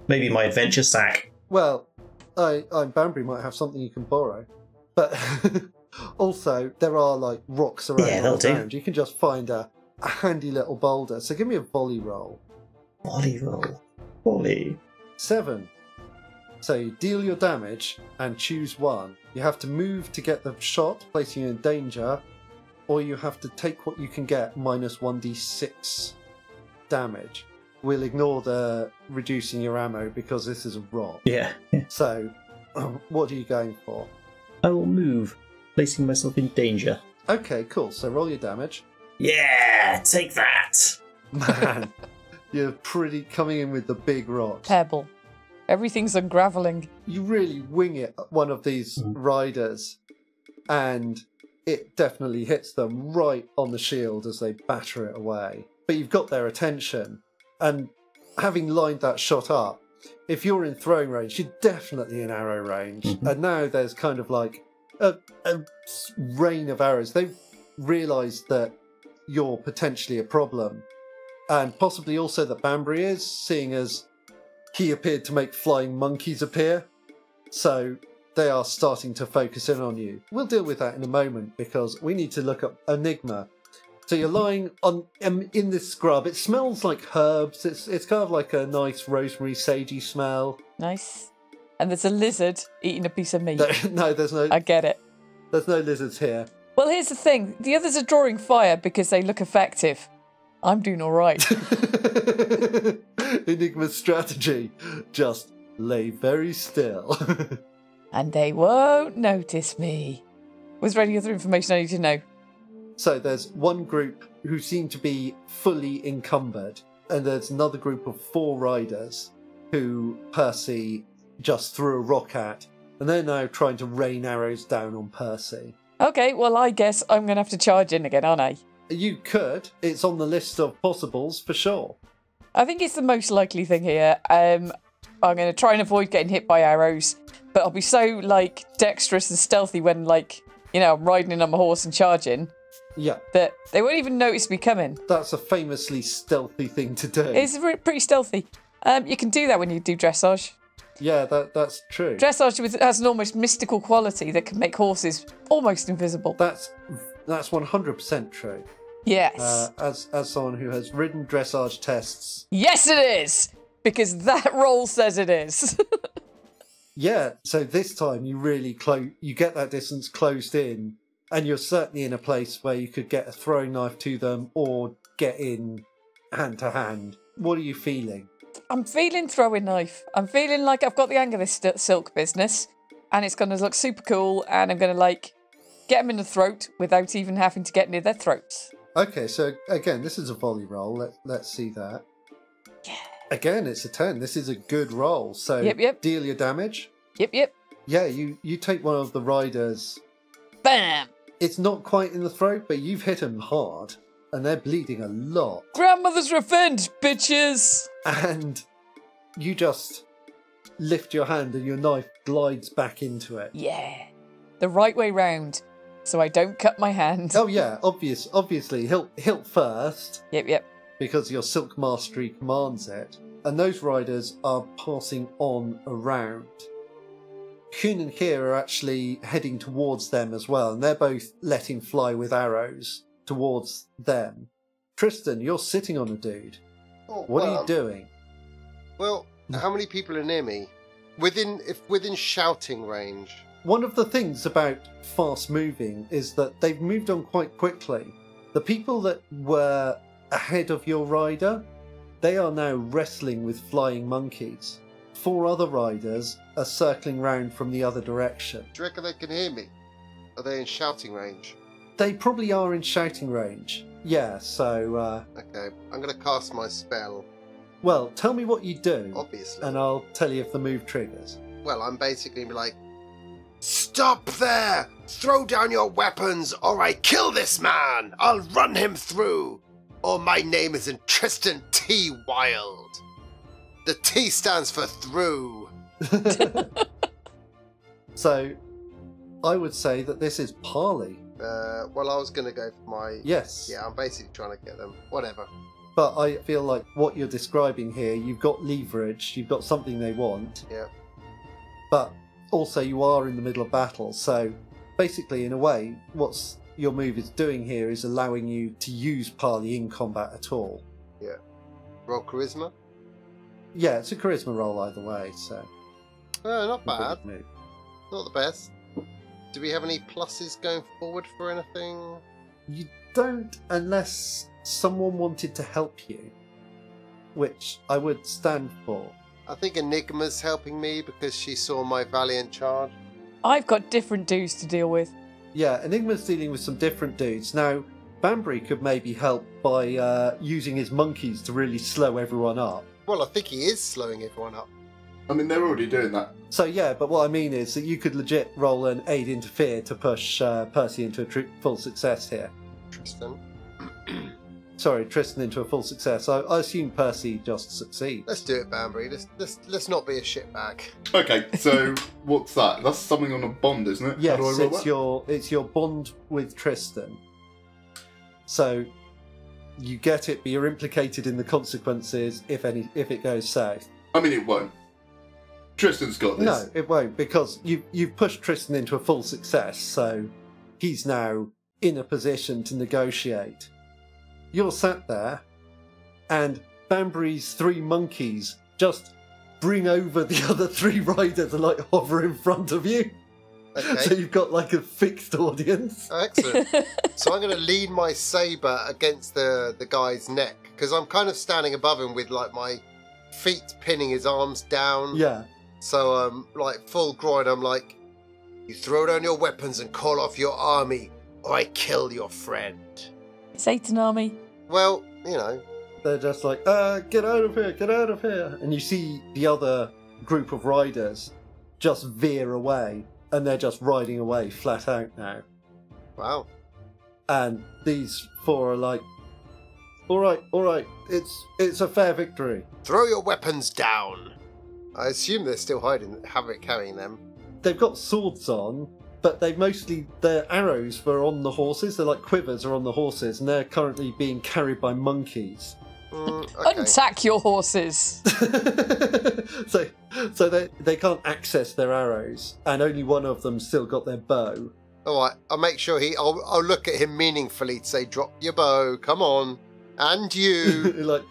Speaker 3: Maybe my adventure sack.
Speaker 2: well, I, I Banbury might have something you can borrow, but <laughs> also there are like rocks around
Speaker 3: Yeah,
Speaker 2: all
Speaker 3: that'll do.
Speaker 2: around. You can just find a, a handy little boulder. So give me a volley roll.
Speaker 3: Volley roll. Volley.
Speaker 2: Seven. So you deal your damage and choose one. You have to move to get the shot, placing you in danger, or you have to take what you can get minus 1d6 damage. We'll ignore the reducing your ammo because this is a rock.
Speaker 3: Yeah.
Speaker 2: So, <clears throat> um, what are you going for?
Speaker 3: I will move, placing myself in danger.
Speaker 2: Okay, cool. So roll your damage. <laughs>
Speaker 3: Yeah, take that.
Speaker 2: Man, you're pretty coming in with the big rocks.
Speaker 5: Pebble. Everything's ungraveling.
Speaker 2: you really wing it at one of these riders and it definitely hits them right on the shield as they batter it away but you've got their attention and having lined that shot up if you're in throwing range you're definitely in arrow range and now there's kind of like a, a s- rain of arrows they've realized that you're potentially a problem and possibly also that bambry is seeing as he appeared to make flying monkeys appear. So they are starting to focus in on you. We'll deal with that in a moment because we need to look up Enigma. So you're lying on um, in this scrub. It smells like herbs. It's it's kind of like a nice rosemary, sagey smell.
Speaker 5: Nice. And there's a lizard eating a piece of meat.
Speaker 4: <laughs>
Speaker 2: No, no, there's no
Speaker 5: I get it.
Speaker 2: there's no lizards here. <laughs>
Speaker 5: Well, here's the thing the others are drawing fire because they look effective. I'm doing
Speaker 2: <laughs>
Speaker 5: all right.
Speaker 2: Enigma's strategy: just lay very still. <laughs>
Speaker 5: and they won't notice me. Was there any other information I need to know?
Speaker 2: So there's one group who seem to be fully encumbered, and there's another group of four riders who Percy just threw a rock at, and they're now trying to rain arrows down on Percy.
Speaker 5: Okay, well, I guess I'm going to have to charge in again, aren't I?
Speaker 2: You could, it's on the list of possibles for sure.
Speaker 5: I think it's the most likely thing here. Um, I'm going to try and avoid getting hit by arrows, but I'll be so like dexterous and stealthy when like you know I'm riding in on my horse and charging
Speaker 2: Yeah,
Speaker 5: that they won't even notice me coming.
Speaker 2: that's a famously stealthy thing to do.
Speaker 5: It's re- pretty stealthy. Um, you can do that when you do dressage.
Speaker 2: Yeah, that, that's true.
Speaker 5: Dressage with, has an almost mystical quality that can make horses almost invisible.
Speaker 2: that's that's 100% true.
Speaker 5: Yes,
Speaker 2: Uh, as as someone who has ridden dressage tests
Speaker 5: yes, it is because that roll says it is. <laughs>
Speaker 2: Yeah, so this time you really close, you get that distance closed in, and you're certainly in a place where you could get a throwing knife to them or get in hand to hand. What are you feeling?
Speaker 5: I'm feeling throwing knife. I'm feeling like I've got the hang of this st- silk business, and it's going to look super cool. And I'm going to like get them in the throat without even having to get near their throats.
Speaker 2: Okay, so again, this is a volley roll. Let, let's see that. Again, it's a 10. This is a good roll. So
Speaker 5: Yep, yep.
Speaker 2: deal your damage.
Speaker 5: Yep, yep.
Speaker 2: Yeah, you, you take one of the riders.
Speaker 5: Bam!
Speaker 2: It's not quite in the throat, but you've hit them hard, and they're bleeding a lot.
Speaker 5: Grandmother's revenge, bitches.
Speaker 2: and you just lift your hand and your knife glides back into it.
Speaker 5: Yeah, the right way round, so I don't cut my hand.
Speaker 2: Oh yeah, obvious obviously hilt hilt first
Speaker 5: Yep, yep.
Speaker 2: because your silk mastery commands it. And those riders are passing on around. Kuhn and Kier are actually heading towards them as well, and they're both letting fly with arrows towards them. Tristan, you're sitting on a dude.
Speaker 6: Oh,
Speaker 2: <laughs> What are
Speaker 6: well,
Speaker 2: you doing?
Speaker 6: Well, how many people are near me? Within if within shouting range.
Speaker 2: One of the things about fast moving is that they've moved on quite quickly. The people that were ahead of your rider, they are now wrestling with flying monkeys. Four other riders are circling round from the other direction.
Speaker 6: Do you reckon they can hear me? Are they in shouting range?
Speaker 2: They probably are in shouting range. Yeah, so, uh,
Speaker 6: Okay, I'm gonna cast my spell.
Speaker 2: well, tell me what you do,
Speaker 6: Obviously.
Speaker 2: and I'll tell you if the move triggers. <laughs>
Speaker 6: Well, I'm basically gonna be like, stop there! Throw down your weapons, or I kill this man. I'll run him through. Or my name isn't Tristan T. Wild. The T stands for through.
Speaker 2: so, I would say that this is parley.
Speaker 6: Uh, well, I was gonna go for my.
Speaker 2: Yes.
Speaker 6: Yeah, I'm basically trying to get them. Whatever.
Speaker 2: But I feel like what you're describing here, you've got leverage, you've got something they want,
Speaker 6: Yeah.
Speaker 2: but also you are in the middle of battle. So basically, in a way, what's your move is doing here is allowing you to use parley in combat at all.
Speaker 6: Roll charisma.
Speaker 2: Yeah, it's a charisma roll either way, so
Speaker 6: Oh, not
Speaker 2: not a
Speaker 6: bad.
Speaker 2: good move.
Speaker 6: Not the best. Do we have any pluses going forward for anything?
Speaker 2: You don't unless someone wanted to help you, which I would stand for.
Speaker 6: I think Enigma's helping me because she saw my valiant charge.
Speaker 5: I've got different dudes to deal with.
Speaker 2: Yeah, Enigma's dealing with some different dudes. Now, Banbury could maybe help by uh, using his monkeys to really slow everyone up.
Speaker 6: Well, I think he is slowing everyone up.
Speaker 4: I mean, they're already doing that.
Speaker 2: So, yeah, but what I mean is that you could legit roll an aid interfere to push uh, Percy into a tr- full success here.
Speaker 6: Tristan,
Speaker 2: Sorry, Tristan into a full success. I, I assume Percy just succeeds.
Speaker 6: let's do it, Banbury. Let's let's let's not be a shitbag.
Speaker 4: Okay,
Speaker 2: <laughs>
Speaker 4: so what's that? That's something on a bond, isn't it? How
Speaker 2: Yes,
Speaker 4: do I roll
Speaker 2: it's
Speaker 4: that?
Speaker 2: your it's your bond with Tristan. So you get it, but you're implicated in the consequences if any if it goes south.
Speaker 4: I mean, it won't. Tristan's got this.
Speaker 2: No, it won't because you you've pushed Tristan into a full success, so he's now in a position to negotiate. You're sat there, and Banbury's three monkeys just bring over the <laughs> other three riders and like hover in front of you, <laughs> so
Speaker 6: Okay. Oh,
Speaker 2: you've got like a fixed audience.
Speaker 5: <laughs>
Speaker 6: Excellent. so I'm going to lean my saber against the the guy's neck because I'm kind of standing above him with like my feet pinning his arms down.
Speaker 2: Yeah,
Speaker 6: So um, like full groin. I'm like, you throw down your weapons and call off your army, or I kill your friend.
Speaker 5: Satan army.
Speaker 6: Well, you know,
Speaker 2: they're just like, uh, get out of here, get out of here, and you see the other group of riders just veer away, and they're just riding away flat out now.
Speaker 6: wow.
Speaker 2: and these four are like, "All right, all right, it's it's a fair victory."
Speaker 6: Throw your weapons down. I assume they're still hiding, having carrying them.
Speaker 2: They've got swords on, but they mostly their arrows were on the horses. They're like quivers are on the horses, and they're currently being carried by monkeys. <laughs>
Speaker 6: Mm, okay.
Speaker 5: Untack your horses.
Speaker 2: so so they they can't access their arrows, and only one of them still got their bow.
Speaker 6: All right. I'll make sure he. I'll, I'll look at him meaningfully to say, "Drop your bow. Come on." And
Speaker 2: <laughs>
Speaker 6: you.
Speaker 2: It, like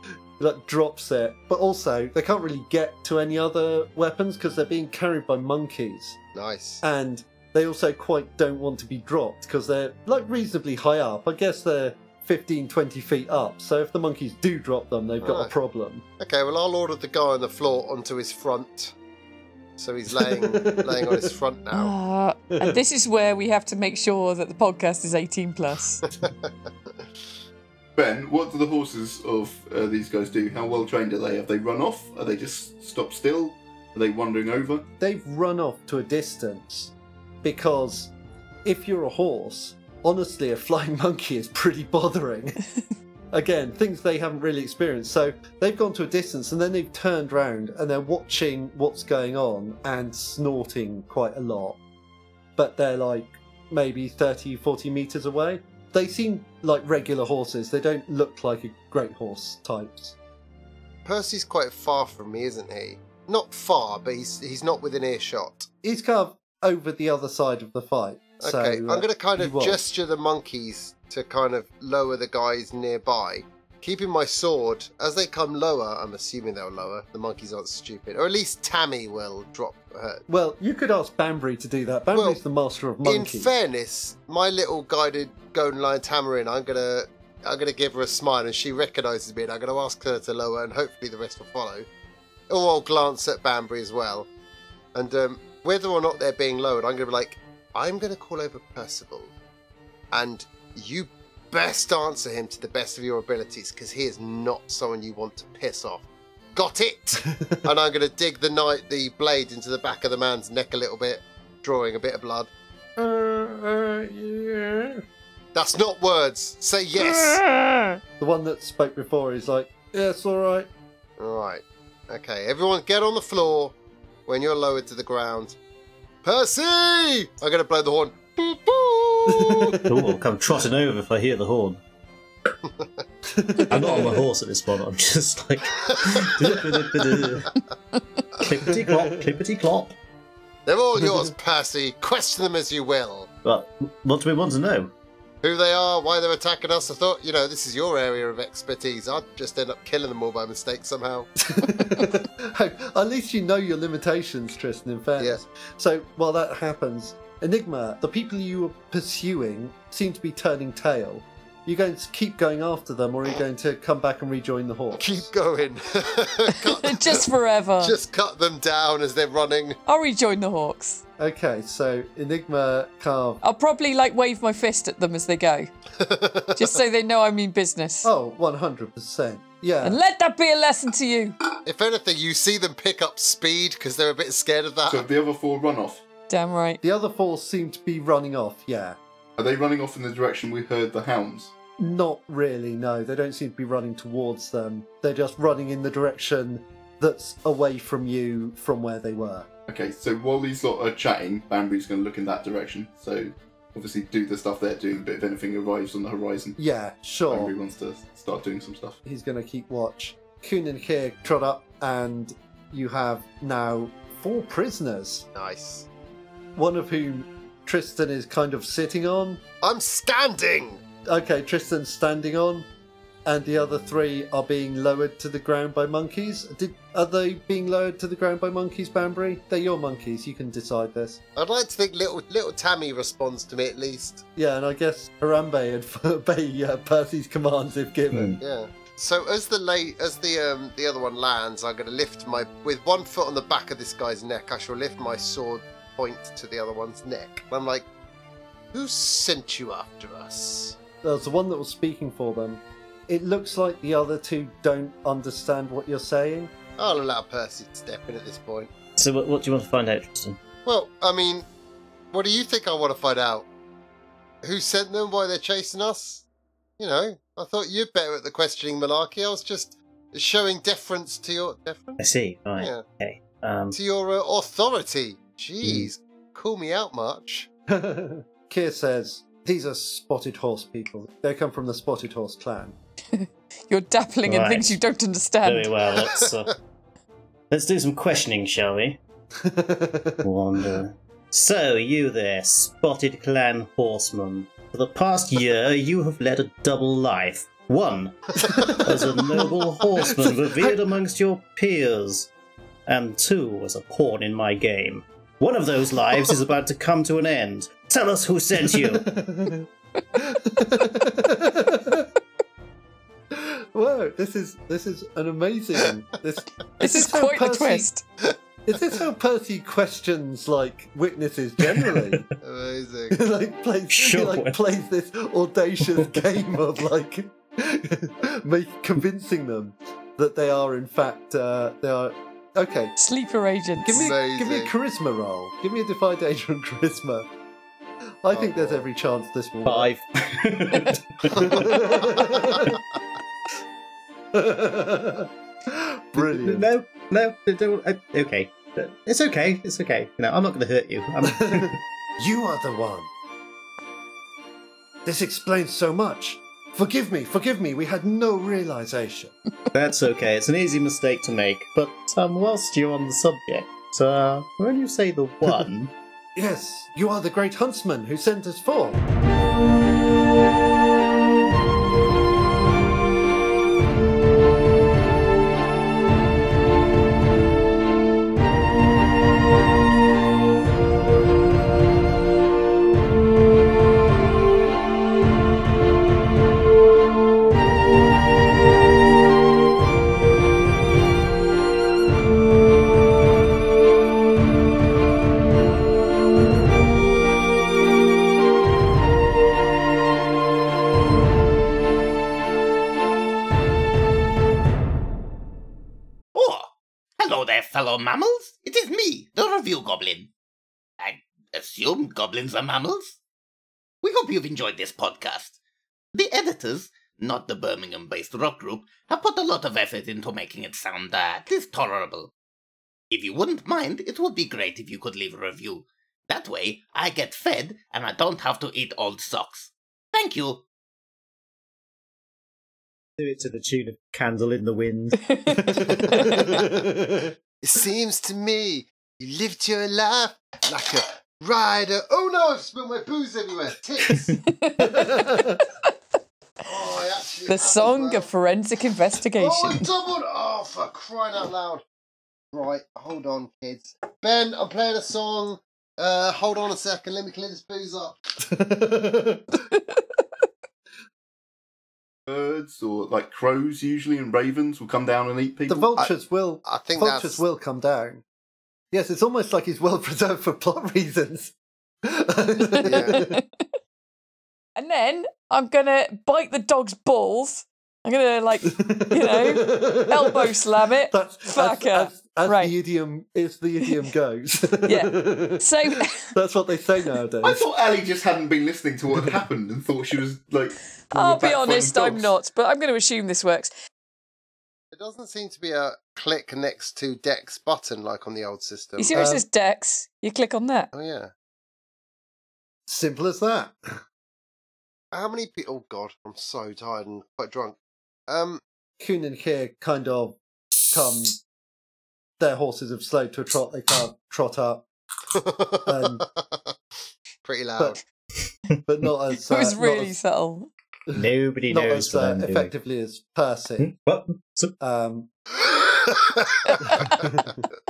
Speaker 2: it, like drops it, but also they can't really get to any other weapons because they're being carried by monkeys.
Speaker 6: nice.
Speaker 2: and they also quite don't want to be dropped because they're like reasonably high up. I guess they're 15, 20 feet up. So if the monkeys do drop them, they've got a
Speaker 6: Right.
Speaker 2: problem.
Speaker 6: Okay, well, I'll order the guy on the floor onto his front. So he's laying laying on his
Speaker 5: <gasps>
Speaker 6: front now.
Speaker 5: Uh,
Speaker 2: <laughs>
Speaker 5: and this is where we have to make sure that the podcast is 18 plus. <laughs>
Speaker 4: Ben, what do the horses of uh, these guys do? How well trained are they? Have they run off? Are they just stopped still? Are they wandering over?
Speaker 2: They've run off to a distance because if you're a horse, honestly, a flying <laughs> monkey is pretty bothering. Again, things they haven't really experienced. So they've gone to a distance and then they've turned round and they're watching what's going on and snorting quite a lot. But they're like maybe 30, 40 meters away. They seem like regular horses. They don't look like a great horse types.
Speaker 6: Percy's quite far from me, isn't he? Not far, but he's he's not within earshot.
Speaker 2: He's kind of over the other side of the fight.
Speaker 6: Okay,
Speaker 2: so,
Speaker 6: I'm
Speaker 2: uh,
Speaker 6: going to kind
Speaker 2: he
Speaker 6: of
Speaker 2: was.
Speaker 6: gesture the monkeys to kind of lower the guys nearby, keeping my sword as they come lower. I'm assuming they'll lower. The monkeys aren't stupid, or at least Tammy will drop her.
Speaker 2: Well, you could ask Banbury to do that. Banbury's
Speaker 6: Well,
Speaker 2: the master of
Speaker 6: In
Speaker 2: monkeys.
Speaker 6: fairness, my little guided golden lion Tamarin, I'm gonna I'm gonna give her a smile and she recognises me and I'm gonna ask her to lower and hopefully the rest will follow. Or I'll glance at Banbury as well. And um, whether or not they're being lowered, I'm gonna be like, I'm gonna call over Percival. And you best answer him to the best of your abilities, because he is not someone you want to piss off. Got it! and I'm gonna dig the knight the blade into the back of the man's neck a little bit, drawing a bit of blood.
Speaker 2: Uh, uh, yeah.
Speaker 6: That's not words. Say yes.
Speaker 2: The one that spoke before is like, yeah, it's all right.
Speaker 6: All right. Okay, everyone get on the floor when you're lowered to the ground. Percy! I'm going to blow the horn. Boo, boo!
Speaker 3: Ooh,
Speaker 2: <laughs>
Speaker 3: I'll come trotting over if I hear the horn. I'm not on my horse at this point, I'm just like. Clippity clop, clippity clop.
Speaker 6: They're all yours, Percy. Question them as you will.
Speaker 3: But what do we want to know?
Speaker 6: Who they are, why they're attacking us. I thought, you know, this is your area of expertise. I'd just end up killing them all by mistake somehow. <laughs>
Speaker 2: At least you know your limitations, Tristan, in fairness. So while that happens, Enigma, the people you were pursuing seem to be turning tail. You going to keep going after them, or are you going to come back and rejoin the horse?
Speaker 6: Keep going. <laughs> cut,
Speaker 5: <laughs> Just forever.
Speaker 6: just cut them down as they're running.
Speaker 5: I'll rejoin the Hawks.
Speaker 2: Okay, so Enigma carved.
Speaker 5: I'll probably like wave my fist at them as they go, just so they know I mean business.
Speaker 2: Oh, 100%. Yeah.
Speaker 5: And let that be a lesson to you.
Speaker 6: If anything, you see them pick up speed because they're a bit scared of
Speaker 2: Ah.
Speaker 6: that.
Speaker 4: So the other four run off.
Speaker 5: Damn right.
Speaker 2: the other four seem to be running off, yeah.
Speaker 4: Are they running off in the direction we heard the hounds?
Speaker 2: Not really, no. They don't seem to be running towards them. They're just running in the direction that's away from you from where they were.
Speaker 4: Okay, so while these lot are chatting, Bambu's going to look in that direction. So obviously do the stuff they're doing, but if anything arrives on the horizon,
Speaker 2: Yeah, sure.
Speaker 4: Bambu wants to start doing some stuff.
Speaker 2: He's going to keep watch. Kun and Kier trot up, and you have now four prisoners,
Speaker 6: Nice.
Speaker 2: one of whom Tristan is kind of sitting on.
Speaker 6: I'm standing.
Speaker 2: Okay, Tristan's standing on, and the other three are being lowered to the ground by monkeys. Did are they being lowered to the ground by monkeys, Banbury? They're your monkeys. You can decide this.
Speaker 6: I'd like to think little little Tammy responds to me at least.
Speaker 2: Yeah, and I guess Harambe and <laughs> obey uh, Percy's commands if given.
Speaker 6: Yeah. So as the late as the um the other one lands, I'm going to lift my with one foot on the back of this guy's neck. I shall lift my sword point to the other one's neck. I'm like, who sent you after us?
Speaker 2: There's the one that was speaking for them. It looks like the other two don't understand what you're saying. <laughs>
Speaker 6: I'll allow Percy to step in at this point.
Speaker 3: So, what, what do you want to find out, Tristan?
Speaker 6: Well, I mean, what do you think I want to find out? Who sent them? Why they're chasing us? You know, I thought you're better at the questioning malarkey. I was just showing deference to your deference
Speaker 3: I see. All right.
Speaker 6: Yeah.
Speaker 3: Okay. Um,
Speaker 6: to your uh, authority. Jeez,
Speaker 5: Mm.
Speaker 6: call me out much.
Speaker 2: Kier says these are spotted horse people. They come from the spotted horse clan. <laughs>
Speaker 5: You're dappling in
Speaker 3: Right.
Speaker 5: things you don't
Speaker 3: very
Speaker 5: understand.
Speaker 3: well. Let's uh, let's do some questioning, shall we? Wonder. So, you there, spotted clan horseman. For the past year, you have led a double life. One, as a noble horseman revered amongst your peers, and two, as a pawn in my game. One of those lives is about to come to an end. Tell us who
Speaker 2: <laughs>
Speaker 3: sent you.
Speaker 2: Whoa, this is this is an amazing
Speaker 3: <laughs>
Speaker 2: this
Speaker 5: This is
Speaker 2: how
Speaker 5: quite the
Speaker 2: Percy-
Speaker 5: twist.
Speaker 2: Is this how Percy questions like witnesses
Speaker 3: <laughs>
Speaker 2: generally? <laughs>
Speaker 5: <laughs>
Speaker 6: Amazing.
Speaker 2: He, like plays <laughs> he,
Speaker 3: Sure.
Speaker 2: like plays this audacious <laughs> game of like <laughs> make convincing them that they are in fact uh, they are okay.
Speaker 5: Sleeper agents.
Speaker 2: Give me
Speaker 5: <laughs>
Speaker 2: give me a
Speaker 6: Amazing.
Speaker 2: charisma roll. Give me a defy danger and charisma. I think there's every chance this will work.
Speaker 3: Five.
Speaker 2: <laughs> Brilliant.
Speaker 3: <laughs> No, no, they don't. I- Okay, it's okay. It's okay. No, I'm not going to hurt you. I'm,
Speaker 2: <laughs> you are the one. This explains so much. Forgive me, forgive me. We had no realization.
Speaker 3: That's okay. It's an easy mistake to make. But um, whilst you're on the subject, uh, when you
Speaker 2: <laughs>
Speaker 3: say the one,
Speaker 2: Yes, you are the great huntsman who sent us forth.
Speaker 7: Oh, hello there, fellow mammals. It is me, the Review Goblin. I assume goblins are mammals? We hope you've enjoyed this podcast. The editors, not the Birmingham based rock group, have put a lot of effort into making it sound uh, at least tolerable. If you wouldn't mind, it would be great if you could leave a review. That way, I get fed and I don't have to eat old socks. Thank you.
Speaker 3: do it to the tune of "Candle in
Speaker 2: <laughs>
Speaker 3: the Wind."
Speaker 6: It seems to me you lived your life like a rider. Oh no, I've spilled my booze everywhere.
Speaker 5: <laughs>
Speaker 6: Tits. oh, I actually.
Speaker 5: The
Speaker 6: have as
Speaker 5: song
Speaker 6: well.
Speaker 5: of forensic
Speaker 6: Oh, I
Speaker 5: investigation.
Speaker 6: doubled. Oh, for crying out loud. Right, hold on, kids. Ben, I'm playing a song. Uh, hold on a second. Let me clear this booze up.
Speaker 4: Birds or like crows usually and ravens will come down and eat
Speaker 2: the
Speaker 4: people.
Speaker 2: vultures will
Speaker 6: I think
Speaker 2: vultures
Speaker 6: that's
Speaker 2: will come down. Yes, it's almost like he's well preserved for plot reasons.
Speaker 6: Yeah.
Speaker 5: And then I'm gonna bite the dog's balls. I'm gonna
Speaker 2: <laughs>
Speaker 5: like you know elbow slam it. <laughs>
Speaker 2: That's
Speaker 5: Fucker.
Speaker 2: as, as, as
Speaker 5: Right.
Speaker 2: the idiom as the idiom goes.
Speaker 5: <laughs> Yeah. So
Speaker 2: <laughs> That's what they say nowadays.
Speaker 4: I thought Ali just hadn't been listening to what had happened and thought she was like.
Speaker 5: I'll be
Speaker 4: back-footing
Speaker 5: honest, I'm
Speaker 4: dogs.
Speaker 5: not, but I'm gonna assume this works.
Speaker 6: There doesn't seem to be a click next to Dex button like on the old system.
Speaker 5: You see where it
Speaker 2: Um,
Speaker 5: says Dex? You click on that.
Speaker 6: oh yeah.
Speaker 2: Simple as that.
Speaker 6: How many people? Oh god, I'm so tired and quite drunk. Um,
Speaker 2: Kuhn and Kier kind of come. Their horses have slowed to a trot. They can't trot up, Um,
Speaker 6: <laughs> pretty loud.
Speaker 2: but but not as
Speaker 5: <laughs> It was
Speaker 2: uh, not
Speaker 5: really
Speaker 2: as-
Speaker 5: subtle. <laughs>
Speaker 3: Nobody
Speaker 2: not
Speaker 3: knows
Speaker 2: as
Speaker 3: what
Speaker 2: uh,
Speaker 3: I'm doing.
Speaker 2: effectively as
Speaker 3: Hmm?
Speaker 2: Um, Percy.
Speaker 3: What? So-
Speaker 2: <laughs> Um,